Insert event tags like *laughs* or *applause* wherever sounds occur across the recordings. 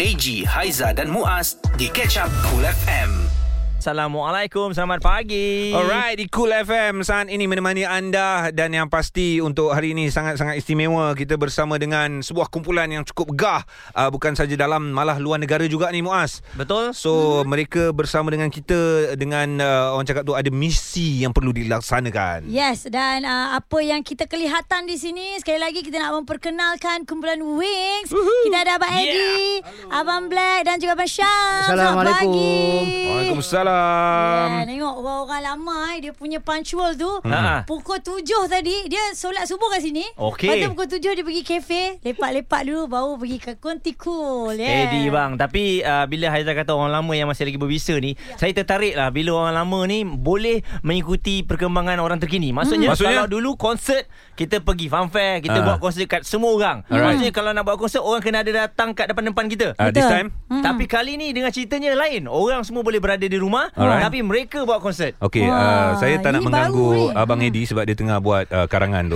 AG, Haiza dan Muaz di Catch Up Cool FM. Assalamualaikum, selamat pagi. Alright, di Cool FM saat ini menemani anda dan yang pasti untuk hari ini sangat-sangat istimewa kita bersama dengan sebuah kumpulan yang cukup gah uh, bukan saja dalam malah luar negara juga ni Muaz. Betul? Mm-hmm. So, mereka bersama dengan kita dengan uh, orang cakap tu ada misi yang perlu dilaksanakan. Yes dan uh, apa yang kita kelihatan di sini sekali lagi kita nak memperkenalkan kumpulan Wings. Woohoo. Kita ada Abang yeah. Eddie, Abang Black dan juga Abang Syam. Selamat Assalamualaikum. pagi. Waalaikumsalam. Ya, tengok orang-orang lama eh, dia punya punctual tu. Hmm. Ha. Pukul tujuh tadi dia solat subuh kat sini. Okey. Lepas tu pukul tujuh dia pergi kafe, lepak-lepak dulu baru pergi ke Kontikul. Yeah. Steady bang Tapi uh, bila Haizah kata orang lama yang masih lagi berbisa ni ya. Saya tertarik lah Bila orang lama ni boleh mengikuti perkembangan orang terkini Maksudnya, Hmm. Maksudnya? Maksudnya? kalau dulu konsert Kita pergi fanfare Kita Ah. buat konsert kat semua orang Alright. Maksudnya kalau nak buat konsert Orang kena ada datang kat depan-depan kita Uh, this Betul. time Mm. Tapi kali ni dengan ceritanya lain Orang semua boleh berada di rumah Alright. Tapi mereka buat konsert Okey, uh, Wah, saya tak nak ini baru mengganggu ni. Abang Edi sebab dia tengah buat uh, karangan *laughs* tu.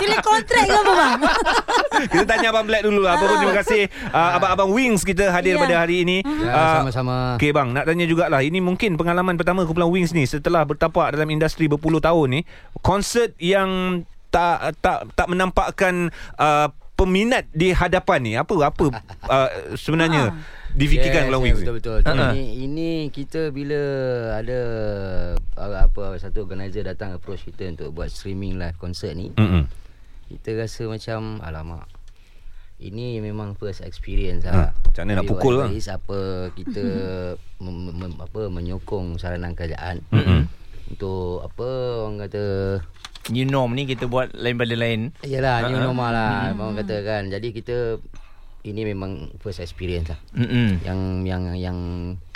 Tulis kontrak ke apa bang? *laughs* kita tanya Abang Black dulu lah. Apa pun terima kasih uh, abang-abang Wings kita hadir Ya. pada hari ini. Ya, Ah, sama-sama. Okey bang, nak tanya jugalah. Ini mungkin pengalaman pertama kumpulan Wings ni setelah bertapak dalam industri berpuluh tahun ni, konsert yang tak tak tak menampakkan uh, peminat di hadapan ni. Apa *laughs* apa uh, Ah. sebenarnya difikirkan kumpulan Wings ni? Betul-betul Ha-ha. ini, ini kita bila ada uh, apa Satu organizer datang approach kita Untuk buat streaming live concert ni Mm-mm. Kita rasa macam Alamak ini memang first experience Ha, lah. macam mana nak Tapi pukul what lah. is apa kita *laughs* mem, mem, apa menyokong saranan kerajaan Mm-mm. untuk apa orang kata New norm ni kita buat lain pada lain Yalah new normal Hmm. lah Orang kata kan Jadi kita Ini memang first experience lah Mm-mm. yang yang yang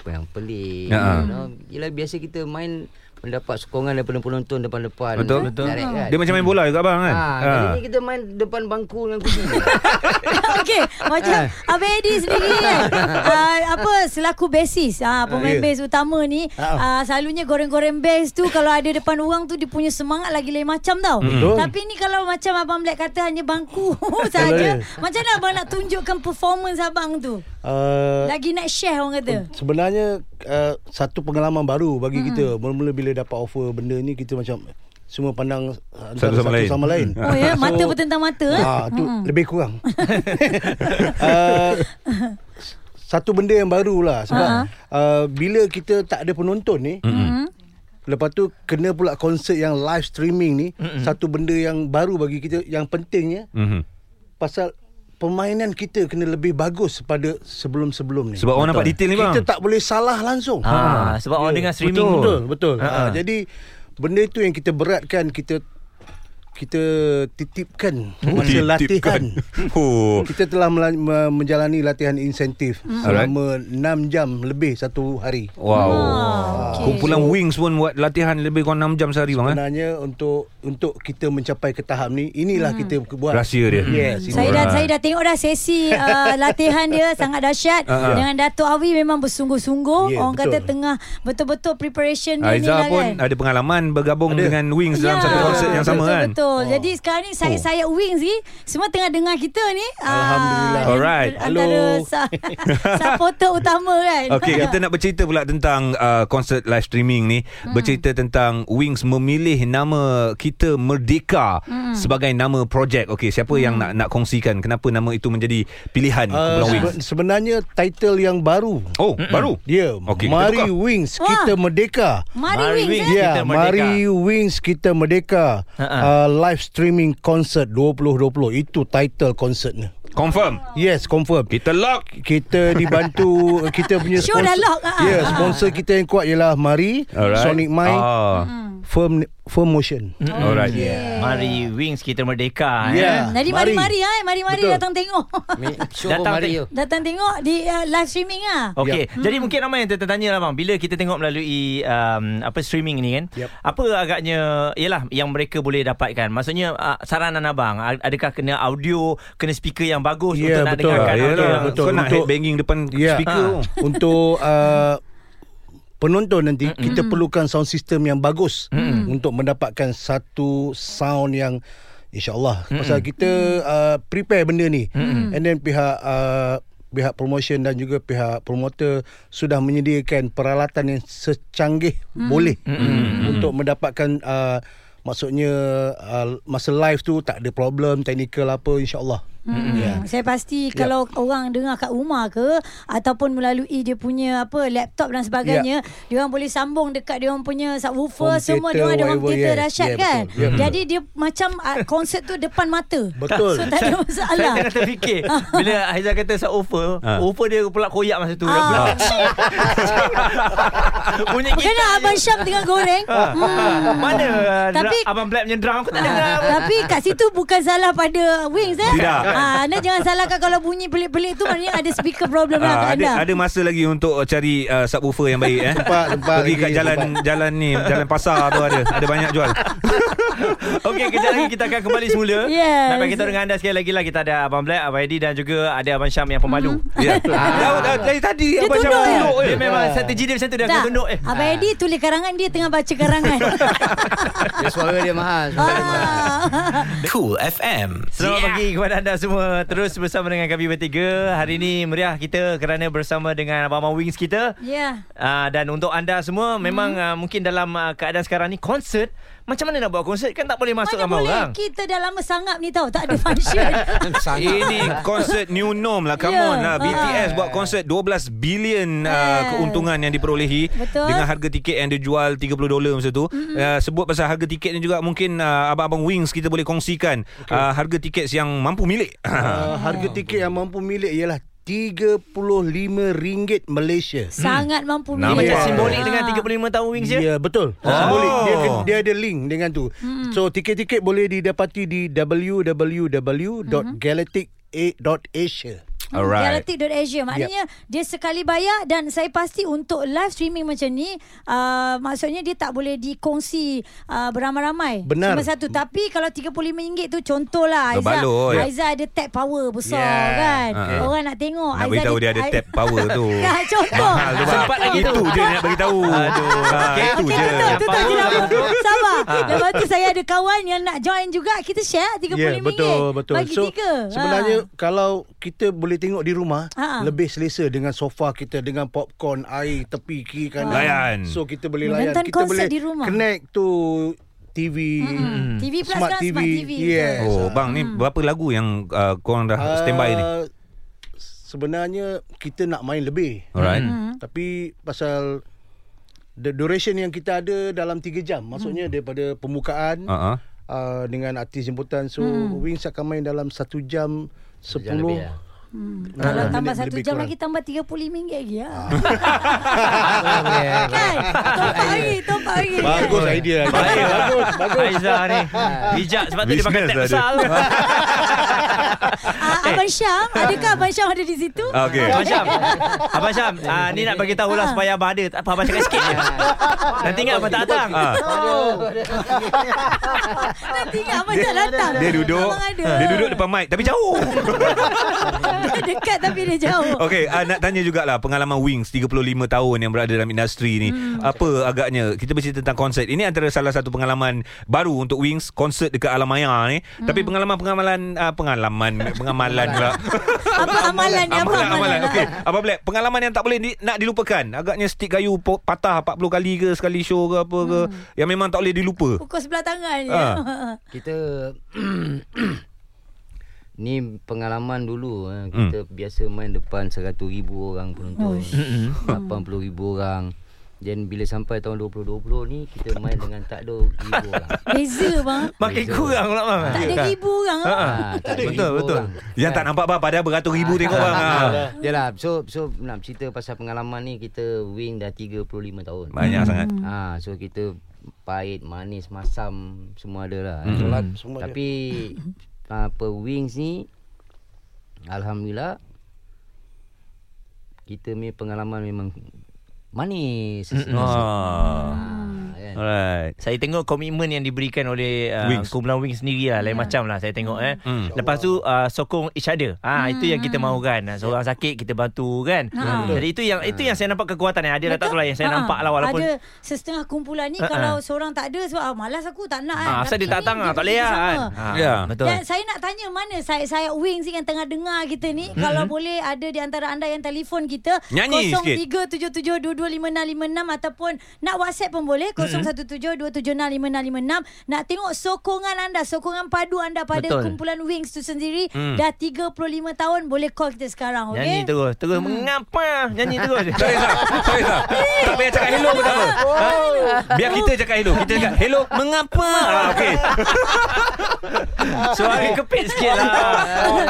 yang pelik Ya. you know ialah biasa kita main mendapat sokongan daripada penonton depan-depan Betul. betul kan? Dia macam main bola juga bang kan? ha, Ha. kali ni kita main depan bangku dengan kursi *laughs* *laughs* Okey, macam Eh. Abang Edi sendiri kan. uh, apa selaku basis, ah ya. pemain Ah. bass utama ni, uh, selalunya goreng-goreng bass tu kalau ada depan orang tu dia punya semangat lagi lain macam tau. Hmm. Oh. Betul. Tapi ni kalau macam abang Black kata hanya bangku *laughs* saja, macam mana abang nak tunjukkan performance abang tu? Eh. Uh, Lagi nak share orang kata. sebenarnya uh, satu pengalaman baru bagi Hmm. mm-hmm. kita. Mula-mula bila dapat offer benda ni kita macam semua pandang Satu antara sama lain. sama lain. Oh *laughs* ya, mata bertentang mata. eh? Ah, tu lebih kurang. *laughs* uh, s- satu benda yang baru lah sebab uh-huh. uh, bila kita tak ada penonton ni Hmm. Hmm. mm-hmm. Lepas tu kena pula konsert yang live streaming ni Hmm. mm-hmm. satu benda yang baru bagi kita yang pentingnya Mhm. pasal permainan kita kena lebih bagus pada sebelum-sebelum ni. Sebab orang nampak detail ni bang. Ha. Kita tak boleh salah langsung. Ya, Ah, sebab orang dengar streaming. Betul, betul. betul. Ha, ha. Ha, jadi benda itu yang kita beratkan kita kita titipkan masa latihan. Hmm. *laughs* Oh. Hmm. Kita telah mela- me- menjalani latihan insentif selama 6 jam lebih satu hari. Wow. Ah, Ah, okey. Kumpulan Wings pun buat latihan lebih kurang 6 jam sehari bang eh. Sebenarnya untuk untuk kita mencapai ke tahap ni inilah kita buat. Hmm. Rahsia dia. Yes. Saya lah. dah saya dah tengok dah *laughs* sesi uh, latihan dia sangat dahsyat Ah, ah. dengan Dato' Awi memang bersungguh-sungguh. Ya, Orang betul. kata tengah betul-betul preparation dia ni Aiza lah pun kan. Ya, ada pengalaman bergabung dengan Wings dalam satu konsert yang sama betul, kan. Oh. Betul. Jadi sekarang ni sayap-sayap wings ni semua tengah dengar kita ni. Alhamdulillah. Ah, Alright. Antara Hello. sa- *laughs* supporter utama kan. Okey, kita nak bercerita pula tentang uh, konsert live streaming ni. Hmm. Bercerita tentang Wings memilih nama kita Merdeka hmm. sebagai nama projek. Okey, siapa hmm. yang nak nak kongsikan kenapa nama itu menjadi pilihan uh, Kumpulan Uh, Wings? seben- sebenarnya title yang baru. Oh, Mm-mm. baru. Dia Okey, kita Ya, Mari tukar. Wings Wah. kita merdeka. *laughs* Mari, Mari wings. Wings. eh? Ya, Kita yeah, merdeka. Mari Wings kita merdeka. Ha-ha. Uh, live streaming concert 2020 itu title concertnya. Confirm. Yes, confirm. Kita lock. Kita dibantu *laughs* kita punya Show dah lock, ha. Ya, yeah, sponsor kita yang kuat ialah Mari, Alright. Sonic Mind, Ah. Hmm. Firm Firm Motion. Alright. Mari Wings kita merdeka eh. Yeah. Jadi Mari. mari-mari ah, mari-mari Betul. datang tengok. *laughs* Mi- show Datang pun mari tak- yo datang tengok di uh, live streaming ah. Okey, yep. jadi mungkin ramai yang tertanya lah bang bila kita tengok melalui um, apa streaming ni kan. Yep. Apa agaknya ialah yang mereka boleh dapatkan. Maksudnya uh, saranan abang a- adakah kena audio, kena speaker yang bagus untuk Ya, nak betul. dengarkan Ah, Ya, audio *laughs* yalah. yang Betul. betul. Kau nak Untuk- headbanging depan Ya. speaker. Ah. tu. Untuk uh, penonton nanti kita perlukan sound system yang bagus untuk mendapatkan satu sound yang InsyaAllah mm-hmm. Pasal kita uh, prepare benda ni mm-hmm. And then pihak uh, pihak promotion dan juga pihak promoter sudah menyediakan peralatan yang secanggih mm. boleh mm. untuk mendapatkan uh, maksudnya uh, masa live tu tak ada problem technical apa insyaallah Hmm. Yeah. Saya pasti Yeah. kalau orang dengar kat rumah ke ataupun melalui dia punya apa laptop dan sebagainya, yeah. dia orang boleh sambung dekat dia orang punya subwoofer Home semua dia theatre, orang ada home whatever, theater yes. dahsyat Yeah, kan. betul. Yeah, betul. Jadi dia macam uh, konsert tu depan mata. Betul. So *laughs* tak ada Saya masalah. tengah terfikir Bila Haizah kata Saya offer Ha. Offer dia pula koyak masa tu ah. Ah. *laughs* Bunyi Bukan kita Abang Syam tengah goreng. Hmm. Mana Tapi, Tapi- Abang Black punya drum Aku tak *laughs* dengar Ah, tapi kat situ bukan salah pada Wings eh. Tidak. Ah, anda jangan salahkan kalau bunyi pelik-pelik tu maknanya ada speaker problem lah Ah, kat anda. ada ada masa lagi untuk cari uh, subwoofer yang baik eh. Sempat, sempat Pergi kat lagi, jalan jalan ni, jalan pasar tu ada. Ada banyak jual. Okey, kejap lagi kita akan kembali semula. Yes. Nak bagi tahu dengan anda sekali lagi lah. Kita ada Abang Black, Abang Edi dan juga ada Abang Syam yang pemalu. Ya. Dah- dah- Dari tadi Dia abang Syam tunduk, eh? tunduk, Dia eh. memang strategi dia macam tu. Dia akan Tak. tunduk. Eh. Abang Edi tulis karangan dia tengah baca *laughs* karangan. Dia suara dia mahal. Suara dia mahal. ah. Cool FM. Selamat pagi kepada anda semua Terus bersama dengan kami bertiga Hari ini meriah kita Kerana bersama dengan Abang Abang Wings kita Ya. Uh, dan untuk anda semua memang Hmm. uh, mungkin dalam uh, keadaan sekarang ni konsert macam mana nak buat konsert kan tak boleh masuk Mana ramai boleh orang. kita dah lama sangat ni tau tak ada *laughs* function. Ini konsert new norm lah Come Ya. on lah Ha. BTS buat konsert 12 bilion Yes. uh, keuntungan yang diperolehi Betul. Dengan harga tiket yang dijual 30 dolar masa tu uh, Sebut pasal harga tiket ni juga Mungkin uh, abang-abang Wings kita boleh kongsikan okay. uh, Harga tiket yang mampu milik *laughs* Uh, harga tiket yang mampu milik ialah RM35 Malaysia. Sangat mampu Dia Nampak. macam Yeah. simbolik dengan Ah. 35 tahun Wings je. Ya, yeah, betul. Oh. Oh. Simbolik. Dia, dia ada link dengan tu. Hmm. So, tiket-tiket boleh didapati di www.galactic8.asia. Hmm, lah Alright Galatic.asia Maknanya Dia sekali bayar Dan saya pasti Untuk live streaming macam ni uh, Maksudnya dia tak boleh Dikongsi uh, Beramai-ramai Benar. Cuma satu Tapi kalau RM35 tu Contohlah Aizah Berbaloi. Aizah ada tap power besar Yeah. kan Ha-ha. Orang nak tengok Nak beritahu dia ada I- tap power tu Dah, *laughs* contoh Mahal tu bang. Sempat lagi Itu tu. je nak beritahu Aduh. Ah, Okey, Itu Ya, Okey, je betul. Itu tak Power je nak lah. buat. Sabar. Ah. Lepas tu saya ada kawan yang nak join juga. Kita share RM35. Ya, yeah, betul, betul. Bagi tiga. sebenarnya Ha. kalau kita boleh tengok di rumah, Ha. lebih selesa dengan sofa kita dengan popcorn, air tepi kiri kanan. Layan. So kita boleh layan. Menonton Kita konsert boleh di rumah. connect to TV. Mm-mm. TV plus smart sekarang TV. smart TV, betul. Yes. Oh bang Hmm. ni berapa lagu yang uh, korang dah standby ni Ah, Sebenarnya kita nak main lebih. Alright hmm. Hmm. Tapi pasal the duration yang kita ada dalam 3 jam, Hmm. maksudnya daripada pembukaan Uh-huh. uh, dengan artis jemputan so Hmm. Wings akan main dalam 1 jam 10 jam lebih lah. Hmm. Kalau Ah, lebih- tambah lebih satu jam kurang. lagi tambah RM35 lagi ya. *laughs* Boleh, boleh. Kan? Top up lagi, top up lagi. Bagus idea. Bahaya bagus, bagus. Haizah ni Bijak sebab tu dia pakai tap Business lah besar *laughs* tu Eh. Ah, Abang Syam, adakah Abang Syam ada di situ? Okay Abang Syam Abang Syam ah, Ni nak bagi tahulah Supaya abang ada Tak apa abang cakap sikit je Nanti ingat abang tak datang Ah. Oh. *laughs* Nanti ingat Abang tak datang. *laughs* Dia duduk Abang ada. Dia duduk depan mic Tapi *laughs* jauh *laughs* Dia dekat tapi dia *laughs* jauh. Okay uh, Nak tanya jugalah Pengalaman Wings 35 tahun Yang berada dalam industri ni Hmm. Apa agaknya Kita bercerita tentang konsert Ini antara salah satu pengalaman Baru untuk Wings Konsert dekat Alamaya ni Hmm. Tapi pengalaman-pengalaman uh, Pengalaman Pengamalan pula *laughs* Apa amalan ni? Apa Amalan amalan? lah. Amalan Okay Abang Black Pengalaman yang tak boleh di, Nak dilupakan Agaknya stick kayu po- Patah 40 kali ke Sekali show ke apa ke Yang memang tak boleh dilupa Pukul sebelah tangan je. Ah. Kita *clears throat* Ni pengalaman dulu Hmm. eh. Kita biasa main depan 100 ribu orang penonton 80 ribu orang Dan bila sampai tahun 2020 ni Kita main dengan tak ada ribu *laughs* orang *laughs* Beza bang. Makin kurang pula bang Tak ada ribu orang. Ah, tak ada Betul, ribu betul. orang. Yang tak nampak bang Padahal beratus ribu tengok bang Kan? Ah. Yalah so so nak cerita pasal pengalaman ni kita wing dah 35 tahun. Banyak sangat Ah so kita pahit, manis, masam semua ada lah. Hmm. Solat Hmm. semua dia. Tapi apa wings ni alhamdulillah kita punya pengalaman memang manis. sesekali. Ah. Ah, kan. Alright. Saya tengok komitmen yang diberikan oleh uh, Wings. Hmm. kumpulan Wings sendiri lah. Ya. Lain yeah. macam lah saya tengok eh. Mm. Lepas tu uh, sokong each other. Ha, Hmm. Itu yang kita mahukan. Ah, Ya. Seorang sakit kita bantu kan. Jadi itu yang itu yang Ah. saya nampak kekuatan yang ada lah. Tak tahulah yang saya Ha. Ha-ha. nampak lah walaupun. Ada sesetengah kumpulan ni Ha-ha. Kalau seorang tak ada Sebab ah, malas aku tak nak kan Ah, asal dia tak Tapi ni datang ah, tak boleh kerja lah kan. sama. Ah, Ya. Betul. Dan saya nak tanya mana saya saya Wings yang tengah dengar kita ni mm-hmm. kalau boleh ada di antara anda yang telefon kita Nyanyi 0377225656 ataupun nak WhatsApp pun boleh Mm-hmm. 0172765656 nak tengok sokongan anda sokongan padu anda pada Betul. Betul. kumpulan Wings tu sendiri mm. dah 35 tahun boleh call kita sekarang okey Nyanyi terus. Terus Hmm. mengapa? Nyanyi terus. Tak lah. payah Tak payah Tak payah cakap hello pun tak apa Ha? Biar kita cakap hello Kita cakap hello Mengapa ah, okay. Suara kepit sikit *laughs* lah.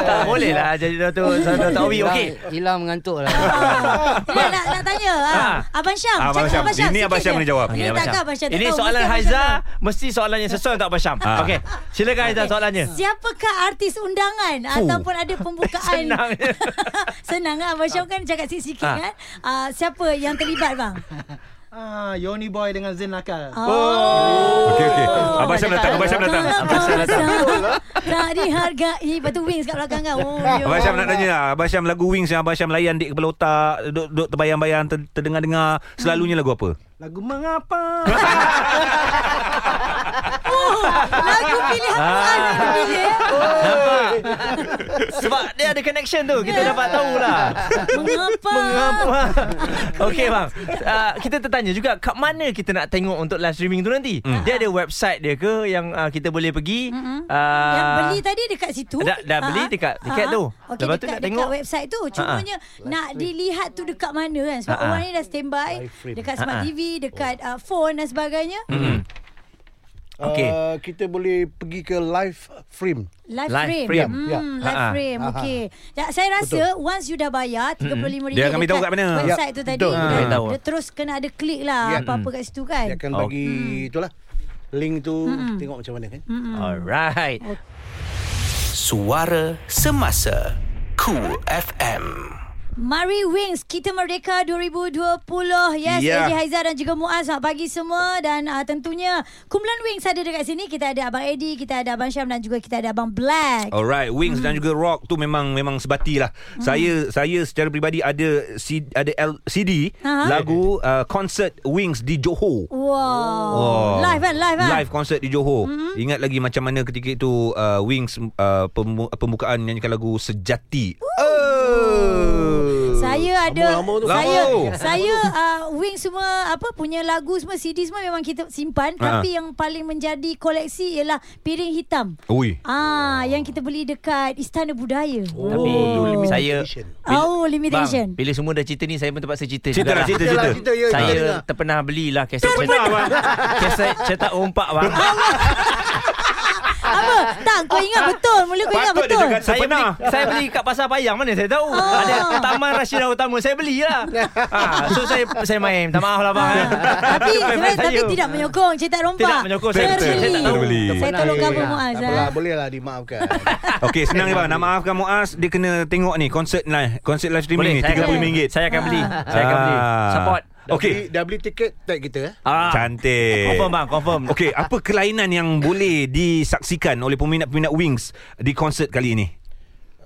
tak boleh lah. Jadi Dato' Dato' Tawi. Okey. Hilang mengantuk *laughs* lah. Ah, nak, nak, nak tanya ha. Abang Syam Ah, Abang cakap Syam. Ini sikit Abang Syam je. kena jawab. Ni Okey, Abang takkan Syam. Abang Syam tak Ini tahu, soalan mesti Abang Syam Haiza tahu. Mesti soalan yang sesuai untuk Abang Syam Ah. Okey Silakan Haiza soalannya Siapakah artis undangan Fuh. ataupun ada pembukaan? *laughs* Senang je. *laughs* Senang kan Abang Syam kan cakap sikit-sikit Ah. kan. Uh, siapa yang terlibat bang? Ah, Yoni Boy dengan Zain Nakal. Oh. Okey, okey. Abang Syam datang, Abang Syam datang. Abang Syam datang. Tak dihargai. Lepas tu wings kat belakang kan. Oh, yo. Abang Syam nak tanya lah Abang Syam lagu Wings yang Abang Syam layan Dik kepala otak Duk, duk terbayang-bayang ter, Terdengar-dengar Selalunya lagu apa? Lagu Mengapa? Oh, lagu pilihan Ah. ya. Tuhan *laughs* yang dipilih. Nampak *laughs* Sebab dia ada connection tu Kita dapat tahu lah Mengapa? *laughs* Mengapa Okey bang uh, Kita tertanya juga Kat mana kita nak tengok Untuk live streaming tu nanti Dia ada website dia ke Yang uh, kita boleh pergi Mm. Mm-mm. Ah, Yang beli tadi dekat situ Dah- dah beli Ah, dekat- ah. tiket tu. Okey, Lepas tu dekat, nak dekat tengok. website tu Cumanya Nak dilihat tu dekat mana kan Sebab Ah, ah. orang ni dah standby Dekat smart Ah, Hmm. ah. TV Dekat Oh. uh, phone dan sebagainya Okey. Uh, kita boleh pergi ke live frame. Live, Live frame, frame. Hmm, Live Ya. Ah, Hmm. ah. frame Okey Ya, Saya rasa Once you dah bayar RM35 Dia akan beritahu kat mana. Website Ya, tu tadi betul. Ya. kan. Dia tahu. Dia terus kena ada klik lah Apa-apa kat situ kan Dia akan Oh. bagi itulah link tu Hmm. tengok macam mana kan. Alright Oh. Suara Semasa Cool FM Mari Wings Kita Merdeka 2020 Yes Ya. yeah. Eji Haizah dan juga Muaz Selamat pagi semua Dan uh, tentunya Kumpulan Wings ada dekat sini Kita ada Abang Eddie Kita ada Abang Syam Dan juga kita ada Abang Black oh. Alright, Wings dan juga Rock tu memang memang sebati lah. Saya saya secara peribadi ada C, ada L, CD Aha. lagu uh, concert Wings di Johor. Wow oh. Live kan Live kan Live concert di Johor. Mm-hmm. Ingat lagi macam mana ketika itu uh, Wings uh, pemu- pembukaan nyanyikan lagu Sejati. Oh. saya ada Lama, lama tu. saya Lama. saya uh, wing semua apa punya lagu semua CD semua memang kita simpan Ha. tapi yang paling menjadi koleksi ialah piring hitam. Ui. Ah yang kita beli dekat Istana Budaya. Oh, Tapi saya oh Bang, limitation. bila semua dah cerita ni Saya pun terpaksa cerita Cerita juga lah, cerita, cerita. Kita ya, kita Saya dengar. terpernah belilah kaset cetak bang. Kaset cetak rompak *laughs* bang. Apa? Tak, kau ingat betul. Mula kau ingat Patut dia betul. cakap saya beli, terpernah. saya beli kat pasar payang mana saya tahu. Oh. Ada Taman Rashidah Utama saya *laughs* belilah. ha, so saya saya main. Minta maaf lah bang. eh. Ah. tapi Itu main-main sebenarnya tapi *laughs* saya. tidak menyokong cetak rompak. Tidak menyokong, saya Saya betul. Saya tak tahu. beli. Tak Saya pernah tolong beli. kamu Tak Muaz. Tak ah. apalah, boleh lah *laughs* dimaafkan. Okey, senang je bang. Nak maafkan Muaz, dia kena tengok ni concert live, concert live streaming saya akan- ni RM30. Saya akan beli. Saya akan beli. Ah. Support. Okey. Dah beli- Dah beli tiket tag kita eh. Ah. Cantik. Confirm bang, confirm. Okey, apa kelainan yang boleh disaksikan oleh peminat-peminat Wings di konsert kali ini?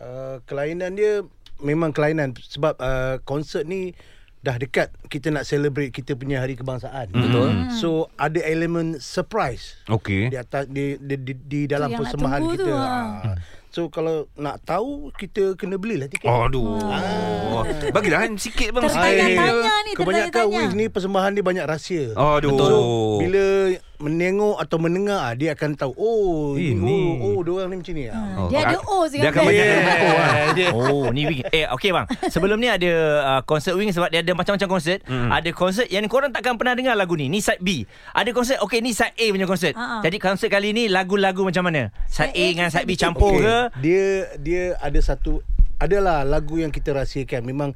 Uh, kelainan dia memang kelainan sebab uh, konsert ni dah dekat kita nak celebrate kita punya hari kebangsaan. Betul. So ada elemen surprise Okey. di atas di di, di, di dalam yang nak persembahan tunggu kita. tu, ha. Ah. So kalau nak tahu kita kena belilah tiket. Aduh. Ah. Bagilah kan sikit bang. Tertanya-tanya ni, Kebanyakan tertanya-tanya. wing ni persembahan dia banyak rahsia. Aduh. So, bila menengok atau mendengar ah, dia akan tahu oh Ini. ini oh, oh dia orang ni macam ni. Ah. Dia ada O Dia akan sekarang. banyak ah. Oh, ni wing. Eh, okey bang. Sebelum ni ada uh, konsert wing sebab dia ada macam-macam konsert. Hmm. Mm. Ada konsert yang korang takkan pernah dengar lagu ni. Ni side B. Ada konsert, okey ni side A punya konsert. Ha-ha. Jadi konsert kali ni lagu-lagu macam mana? Side, Ah, Side A A dengan ke side B side B? campur Okey, ke? Dia dia ada satu adalah lagu yang kita rahsiakan memang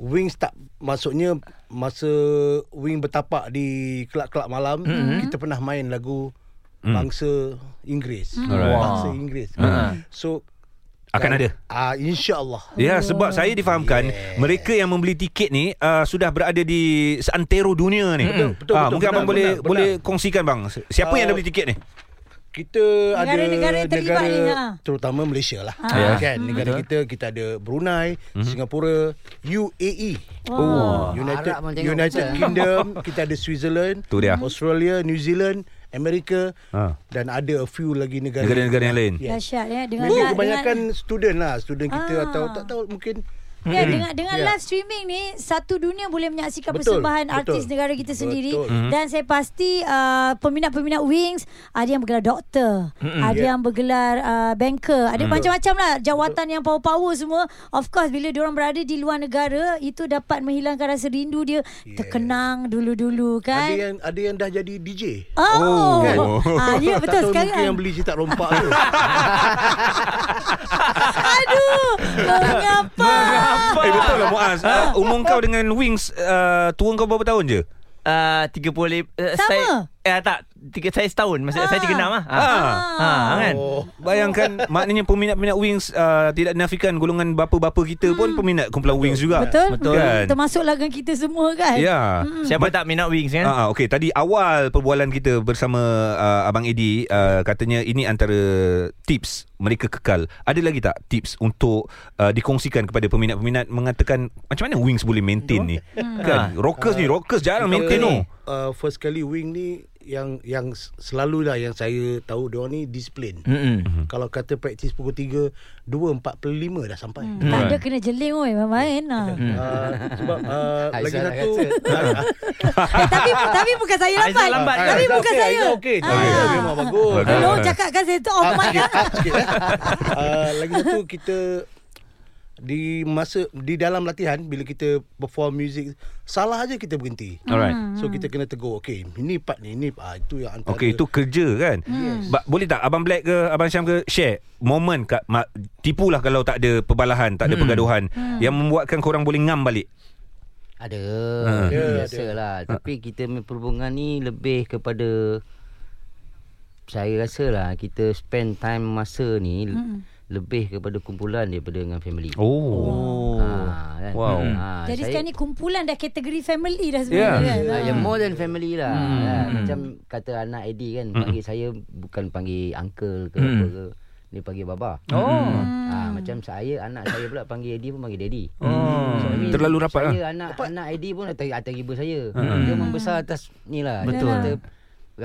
Wings tak maksudnya masa Wing bertapak di kelab-kelab malam Hmm. mm-hmm. kita pernah main lagu bangsa Inggeris. Hmm. Hmm. Alright. Hmm. Bangsa Inggeris. So Akan ada Ah insya-Allah. Ya sebab saya difahamkan yeah. mereka yang membeli tiket ni uh, sudah berada di seantero dunia ni. Betul betul, betul, mungkin benar, abang boleh benar, boleh kongsikan bang. Siapa yang dah Ah, beli tiket ni? Kita ada Negara-negara yang terlibat ni, ha. terutama Malaysia lah. Ah. Ha. Ya. Kan negara kita kita ada Brunei, Hmm. Singapura, UAE. Wow. United Arab pun tengok United betul. *laughs* Kingdom, kita ada Switzerland, Tu dia. Australia, New Zealand, Amerika Ha. dan ada a few lagi negara. Negara-negara yang lain. Yes. Dahsyat ya dengan Mereka dengan- kebanyakan student lah, student kita Ah. atau tak tahu mungkin Ya, dengan dengan Ya. live streaming ni satu dunia boleh menyaksikan Betul, persembahan betul. artis negara kita Betul. sendiri Mhm. dan saya pasti uh, peminat-peminat Wings ada yang bergelar doktor, ada Ya. Hmm. yang bergelar uh, banker, ada macam-macam lah jawatan yang power-power semua. Of course bila diorang berada di luar negara itu dapat menghilangkan rasa rindu dia terkenang dulu-dulu kan. ada yang ada yang dah jadi DJ. Oh, Kan? ah, ya tak betul tahu Mungkin yang sekarang. beli cetak rompak tu. *laughs* Aduh, mengapa? Mengapa? Eh betul lah Muaz. Ah. Uh, umur kau dengan Wings uh, tua kau berapa tahun je? Uh, 30 uh, Sama. saya, eh, Tak tiga, Saya setahun Maksud, Saya 36 lah ha. Ah. Ha. kan Oh. Bayangkan maknanya peminat-peminat Wings uh, tidak nafikan golongan bapa-bapa kita pun peminat kumpulan Wings juga. Betul? Betul. Hmm. Kan? Termasuk lagan kita semua kan? Ya. Siapa tak minat wings kan Ah, ah, okey tadi awal perbualan kita bersama uh, abang Edi uh, katanya ini antara tips mereka kekal. Ada lagi tak tips untuk uh, dikongsikan kepada peminat-peminat mengatakan macam mana Wings boleh maintain ni? Kan rockers ni rockers jarang maintain no. Uh, first kali wing ni yang yang selalu lah yang saya tahu dia ni disiplin. Ah. Hmm. Mm-mm. Kalau kata praktis pukul 3 2.45 dah sampai. Tak ada kena jeling oi main-main lah. Hmm. Uh, sebab uh, lagi Aizal satu *laughs* Ah, Eh, tapi tapi bukan saya Aizal lambat. lambat kan? Tapi Aizal bukan okey, saya. Aizal Okey, Ah. Aizal memang bagus. Bagus. Kalau orang cakap kan saya tu off mic ah, sikit, kan. up sikit eh. uh, lagi satu kita di masa di dalam latihan bila kita perform music salah aja kita berhenti. Alright. So kita kena tegur Okay Ini part ni Ini part ah, Itu yang antara Okey itu kerja kan. Ba- boleh tak abang Black ke abang Syam ke share moment kat ma- tipulah kalau tak ada perbalahan, tak ada pergaduhan yang membuatkan korang boleh ngam balik. Ada Ha. Ya, ada. Biasalah Tapi kita punya perhubungan ni Lebih kepada Saya rasa lah Kita spend time masa ni hmm. Lebih kepada kumpulan Daripada dengan family Oh. ha, kan? Wow. ha, Jadi saya- sekarang ni kumpulan dah kategori family dah sebenarnya Ya. kan. *laughs* Ah, Ah. yang more than family lah. Hmm. Macam kata anak Eddie kan, panggil saya bukan panggil uncle ke apa ke. Dia panggil baba. Oh. Ah, macam saya anak saya pula panggil Eddie pun panggil daddy. Oh. ini Terlalu rapat Saya anak anak Eddie pun atas atas ibu saya. Dia membesar atas ni lah. Betul. Kita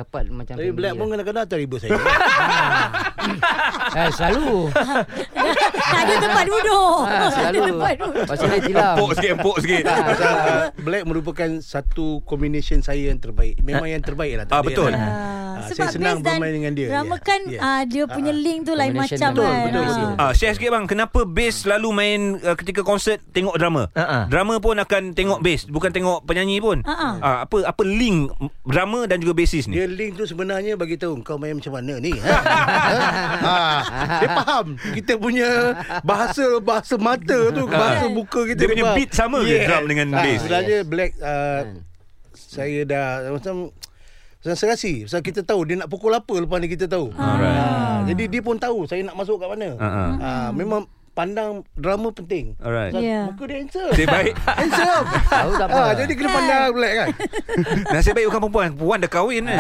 rapat macam Tapi family Black pun lah. kadang-kadang tak riba saya *laughs* Eh, *laughs* selalu. tak ada tempat duduk. ah, tak ada selalu. tempat duduk. Pasal dia tilam. Empuk sikit, empuk sikit. *laughs* Pasal, ah, Black merupakan Satu combination saya yang terbaik Memang yang terbaik lah tak Ah, ada betul. yang lain. Ah, Ah, sebab saya senang Bez dan bermain dengan dia. Rama Ya. kan Ya. ah, dia punya link tu lain Combination macam betul, kan. betul, Ah. betul. Ah, share sikit bang, kenapa bass selalu main uh, ketika konsert tengok drama? Ha-ha. Drama pun akan tengok bass, bukan tengok penyanyi pun. Ha-ha. Ah, apa apa link drama dan juga bassis ni? Dia link tu sebenarnya bagi tahu kau main macam mana ni. *laughs* Ha? ha. Dia faham kita punya bahasa bahasa mata tu, bahasa muka Ha. kita. Dia punya faham. beat sama ke drum dengan Ah, bass? Hmm. Sebenarnya Black uh, saya dah macam saya serasi Sebab kita tahu Dia nak pukul apa Lepas ni kita tahu Alright. ha, Jadi dia pun tahu Saya nak masuk kat mana Ha, ha. ha, Memang Pandang drama penting Alright. Sebab Ya. Muka dia handsome Nasib baik Handsome Tahu tak apa. ha, Jadi kena pandang Black kan Nasib baik bukan perempuan Perempuan dah kahwin eh.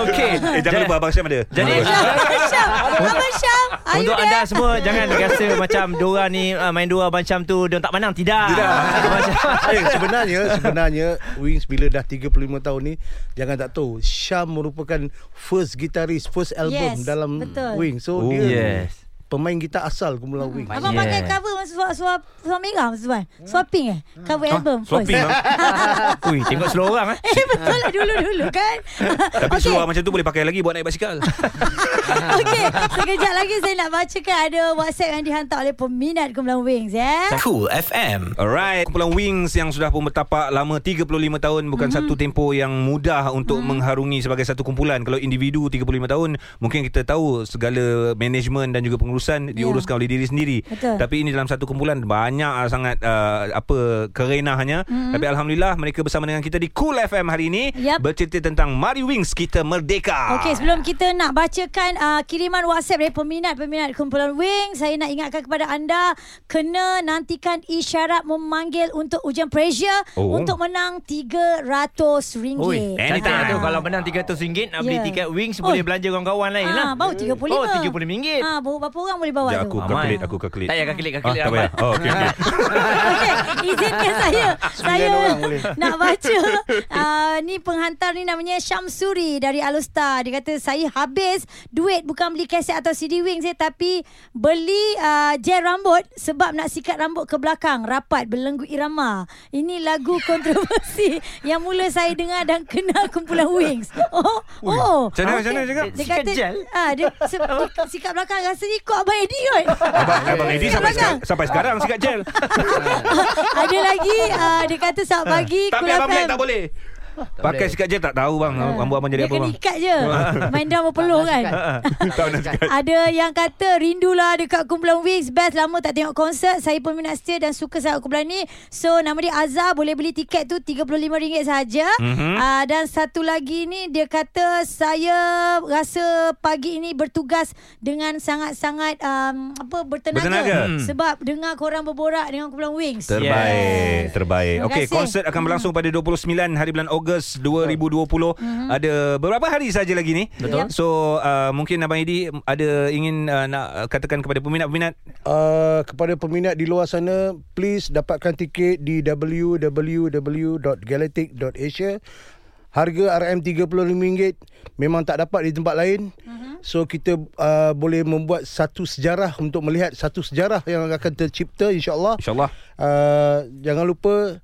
Okey *laughs* eh, Jangan lupa Abang Syam ada Jadi Abang Syam, Abang Syam, are you Untuk there? anda semua Jangan rasa *laughs* macam Dora ni ah, Main Dora macam tu Dia tak pandang Tidak *laughs* Tidak. eh, sebenarnya sebenarnya Wings bila dah 35 tahun ni jangan tak tahu Syam merupakan first guitarist first album Yes, dalam betul. Wings. So Oh, dia Yes pemain gitar asal kumpulan Wings. Abang Yeah. pakai cover suara suara suara merah suara suara pink eh cover album Swapping lah. first. bang Ui tengok slow orang eh *laughs* Eh betul lah dulu-dulu *laughs* kan Tapi okay. seluar macam tu Boleh pakai lagi Buat naik basikal *laughs* Okey Sekejap lagi saya nak bacakan Ada whatsapp yang dihantar oleh Peminat Kumpulan Wings ya Cool FM. Alright Kumpulan Wings Yang sudah pun bertapak Lama 35 tahun Bukan Mhm. mm-hmm. satu tempoh Yang mudah Untuk mm-hmm. mengharungi Sebagai satu kumpulan Kalau individu 35 tahun Mungkin kita tahu Segala management Dan juga pengurusan urusan diuruskan oleh diri sendiri. Ya. Betul. Tapi ini dalam satu kumpulan banyak ah, sangat uh, apa kerenahnya. Mm-hmm. Tapi alhamdulillah mereka bersama dengan kita di Cool FM hari ini Mhm. Yap. bercerita tentang Mari Wings kita merdeka. Okey, sebelum kita nak bacakan uh, kiriman WhatsApp dari peminat-peminat kumpulan Wing, saya nak ingatkan kepada anda kena nantikan isyarat memanggil untuk ujian pressure Oh. oh. untuk menang RM300. Oi, Anytime. cantik tu kalau menang RM300 nak beli Ya. tiket wings Oi. boleh belanja kawan-kawan lain lah. Ah, baru 35. Oh, 35. Ah, baru berapa orang boleh bawa Sekejap, tu? Ya, aku calculate, aku calculate. Tak payah calculate, Ah, calculate. tak payah. Ahmad. Oh, okey *laughs* okey. *laughs* Okey, izinkan *laughs* saya. saya orang boleh. *laughs* nak baca. Uh, ni penghantar ni namanya Syamsuri dari Alustar. Dia kata saya habis duit bukan beli kaset atau CD wing saya tapi beli uh, gel rambut sebab nak sikat rambut ke belakang rapat belenggu irama. Ini lagu *laughs* kontroversi yang mula saya dengar dan kenal kumpulan Wings. Oh, oh. Macam mana, macam mana cakap? Dia Sikat kata, gel? ah, dia, *laughs* se, dia sikat belakang rasanya ikut Abang Eddie kot. Abang, abang Eddie Sikat sampai, belakang. seka- sampai sekarang sikat gel. *laughs* Ada lagi uh, Dia kata saat pagi Ah. Tapi Kul abang Mac FM. tak boleh. Pakai boleh. sikat gel tak tahu bang. Rambut abang Ah. jadi Ah. Dia apa kena bang. ikat je Main drum berpeluh kan Tahu Kan? nak cakap. Ada yang kata Rindulah dekat kumpulan Wings Best lama tak tengok konsert Saya peminat setia Dan suka sangat kumpulan ni So nama dia Azhar Boleh beli tiket tu RM35 saja. Mhm. Mm-hmm. Uh, dan satu lagi ni Dia kata Saya rasa pagi ini bertugas Dengan sangat-sangat um, Apa Bertenaga, Bertenaga. Hmm. Sebab dengar korang berborak Dengan kumpulan Wings Terbaik, Yes. terbaik. Terima Okey, kasih. konsert akan berlangsung pada 29 hari bulan Ogos 2020. Ada beberapa hari saja lagi ni. Mm-hmm. Betul. So, uh, mungkin abang Edi ada ingin uh, nak uh, katakan kepada peminat-peminat Uh, kepada peminat di luar sana, please dapatkan tiket di www.galactic.asia. Harga RM35 memang tak dapat di tempat lain. Mhm. Uh-huh. So kita uh, boleh membuat satu sejarah untuk melihat satu sejarah yang akan tercipta insya-Allah. insyaallah. Uh, jangan lupa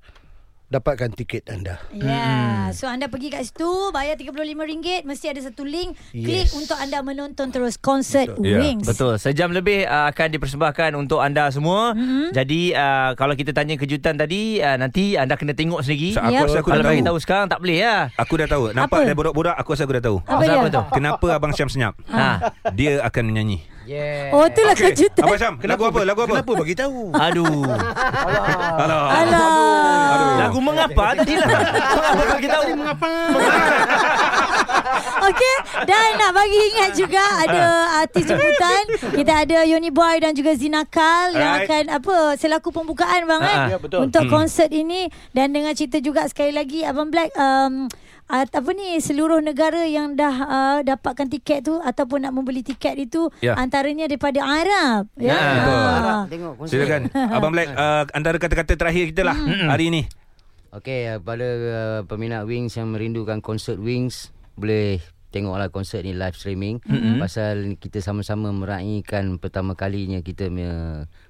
dapatkan tiket anda. Ya, yeah. so anda pergi kat situ bayar RM35 mesti ada satu link klik Yes. untuk anda menonton terus konsert Ya, Wings. Betul. Sejam lebih uh, akan dipersembahkan untuk anda semua. Mm-hmm. Mhm. Jadi uh, kalau kita tanya kejutan tadi uh, nanti anda kena tengok sendiri. So, aku Yep. rasa aku kalau dah bagi tahu. tahu sekarang tak boleh ya. Aku dah tahu. Nampak Apa? dah borak-borak, aku rasa aku dah tahu. Apa Pasal dia? apa tu? Kenapa abang Syam senyap? Ha. Dia akan *laughs* menyanyi. Yeah. Oh, itulah okay. kejutan. Abang Syam, lagu apa? Lagu apa? Kenapa bagi tahu? Aduh. Alah. *laughs* Alah. Lagu mengapa tadi lah. Mengapa bagi tahu? Mengapa? *laughs* Okey, dan nak bagi ingat juga ada artis jemputan. Kita ada Yoni Boy dan juga Zinakal yang Alright. akan apa selaku pembukaan bang kan Ha, ha. Ya, betul. untuk konsert ini dan dengan cerita juga sekali lagi Abang Black um, Uh, apa ni seluruh negara yang dah uh, dapatkan tiket tu ataupun nak membeli tiket itu Ya. antaranya daripada Arab Ya, ya betul. Ah. Tengok konsert. *laughs* Silakan. Abang Black, uh, antara kata-kata terakhir kita lah Hmm. hari ini. Okey, uh, pada uh, peminat Wings yang merindukan konsert Wings boleh tengoklah konsert ni live streaming mm-hmm. pasal kita sama-sama meraihkan pertama kalinya kita punya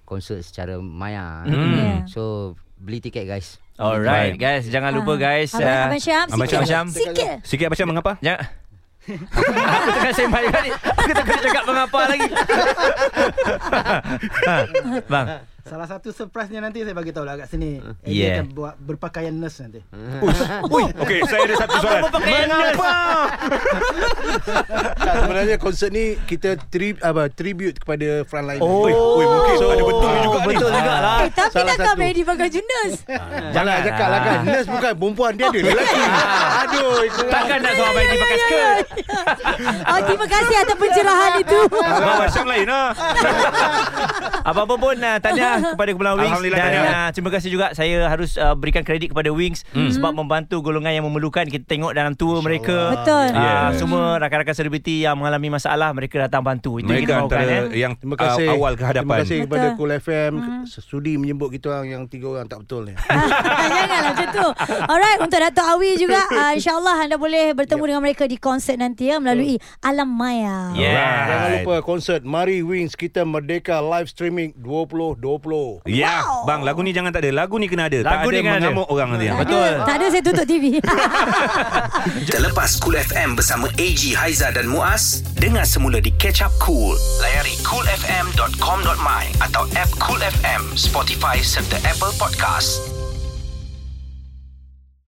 konsert secara maya. Yeah. Mm. So beli tiket guys. Alright guys, jangan lupa guys. Abang, ah, Abang Syam Abang sikit, Syam. sikit. Sikit Abang Syam mengapa? Jangan aku tengah sembang juga ni Aku tengah cakap mengapa lagi Ha, Bang Salah satu surprise-nya nanti saya bagi tahu lah kat sini. Eh, Yeah. Dia akan buat berpakaian nurse nanti. Ui, okey, saya ada satu soalan. Mengapa *laughs* Tak, sebenarnya konsert ni kita tri, apa, tribute kepada frontline. Oh, ui, ui, mungkin ada betul juga ni. Betul juga lah Eh, tapi Salah takkan satu. Mary pakai jenis Jangan Jangan. cakap lah kan Ah. Nurse bukan perempuan Dia ada lelaki Aduh itu lah. Takkan nak suara baik ni pakai Ya, skirt ya. Oh, terima kasih atas pencerahan itu. *laughs* Abang Syam lain lah. Apa-apa pun uh, Tahniah kepada Kumpulan Wings Alhamdulillah, Dan tahniah. uh, terima kasih juga Saya harus uh, berikan kredit kepada Wings Hmm. Sebab membantu golongan yang memerlukan Kita tengok dalam tour mereka Betul. Ah, Yes. Semua rakan-rakan selebriti Yang mengalami masalah Mereka datang bantu Itu Mereka kita mahukan antara eh. yang Terima kasih uh, awal ke Terima hadapan. kasih kepada Betul. Cool FM Sudi menyebut kita orang Yang tiga orang tak betul ni Janganlah macam tu. Alright, untuk Dato' Awi juga, uh, insyaAllah anda boleh bertemu dengan mereka di konsert nanti ya melalui Alam Maya. Yeah. Alright. Jangan lupa konsert Mari Wings Kita Merdeka Live Streaming Ya, 2020 yeah. bang lagu ni jangan tak ada. Lagu ni kena ada. Lagu ni tak ada kena ada. mengamuk orang nanti. Tak ada, tak ada saya tutup *laughs* TV. Terlepas Cool FM bersama AG, Haiza dan Muaz, dengar semula di Catch Up Cool. Layari coolfm.com.my atau app Cool FM, Spotify serta Apple Podcast.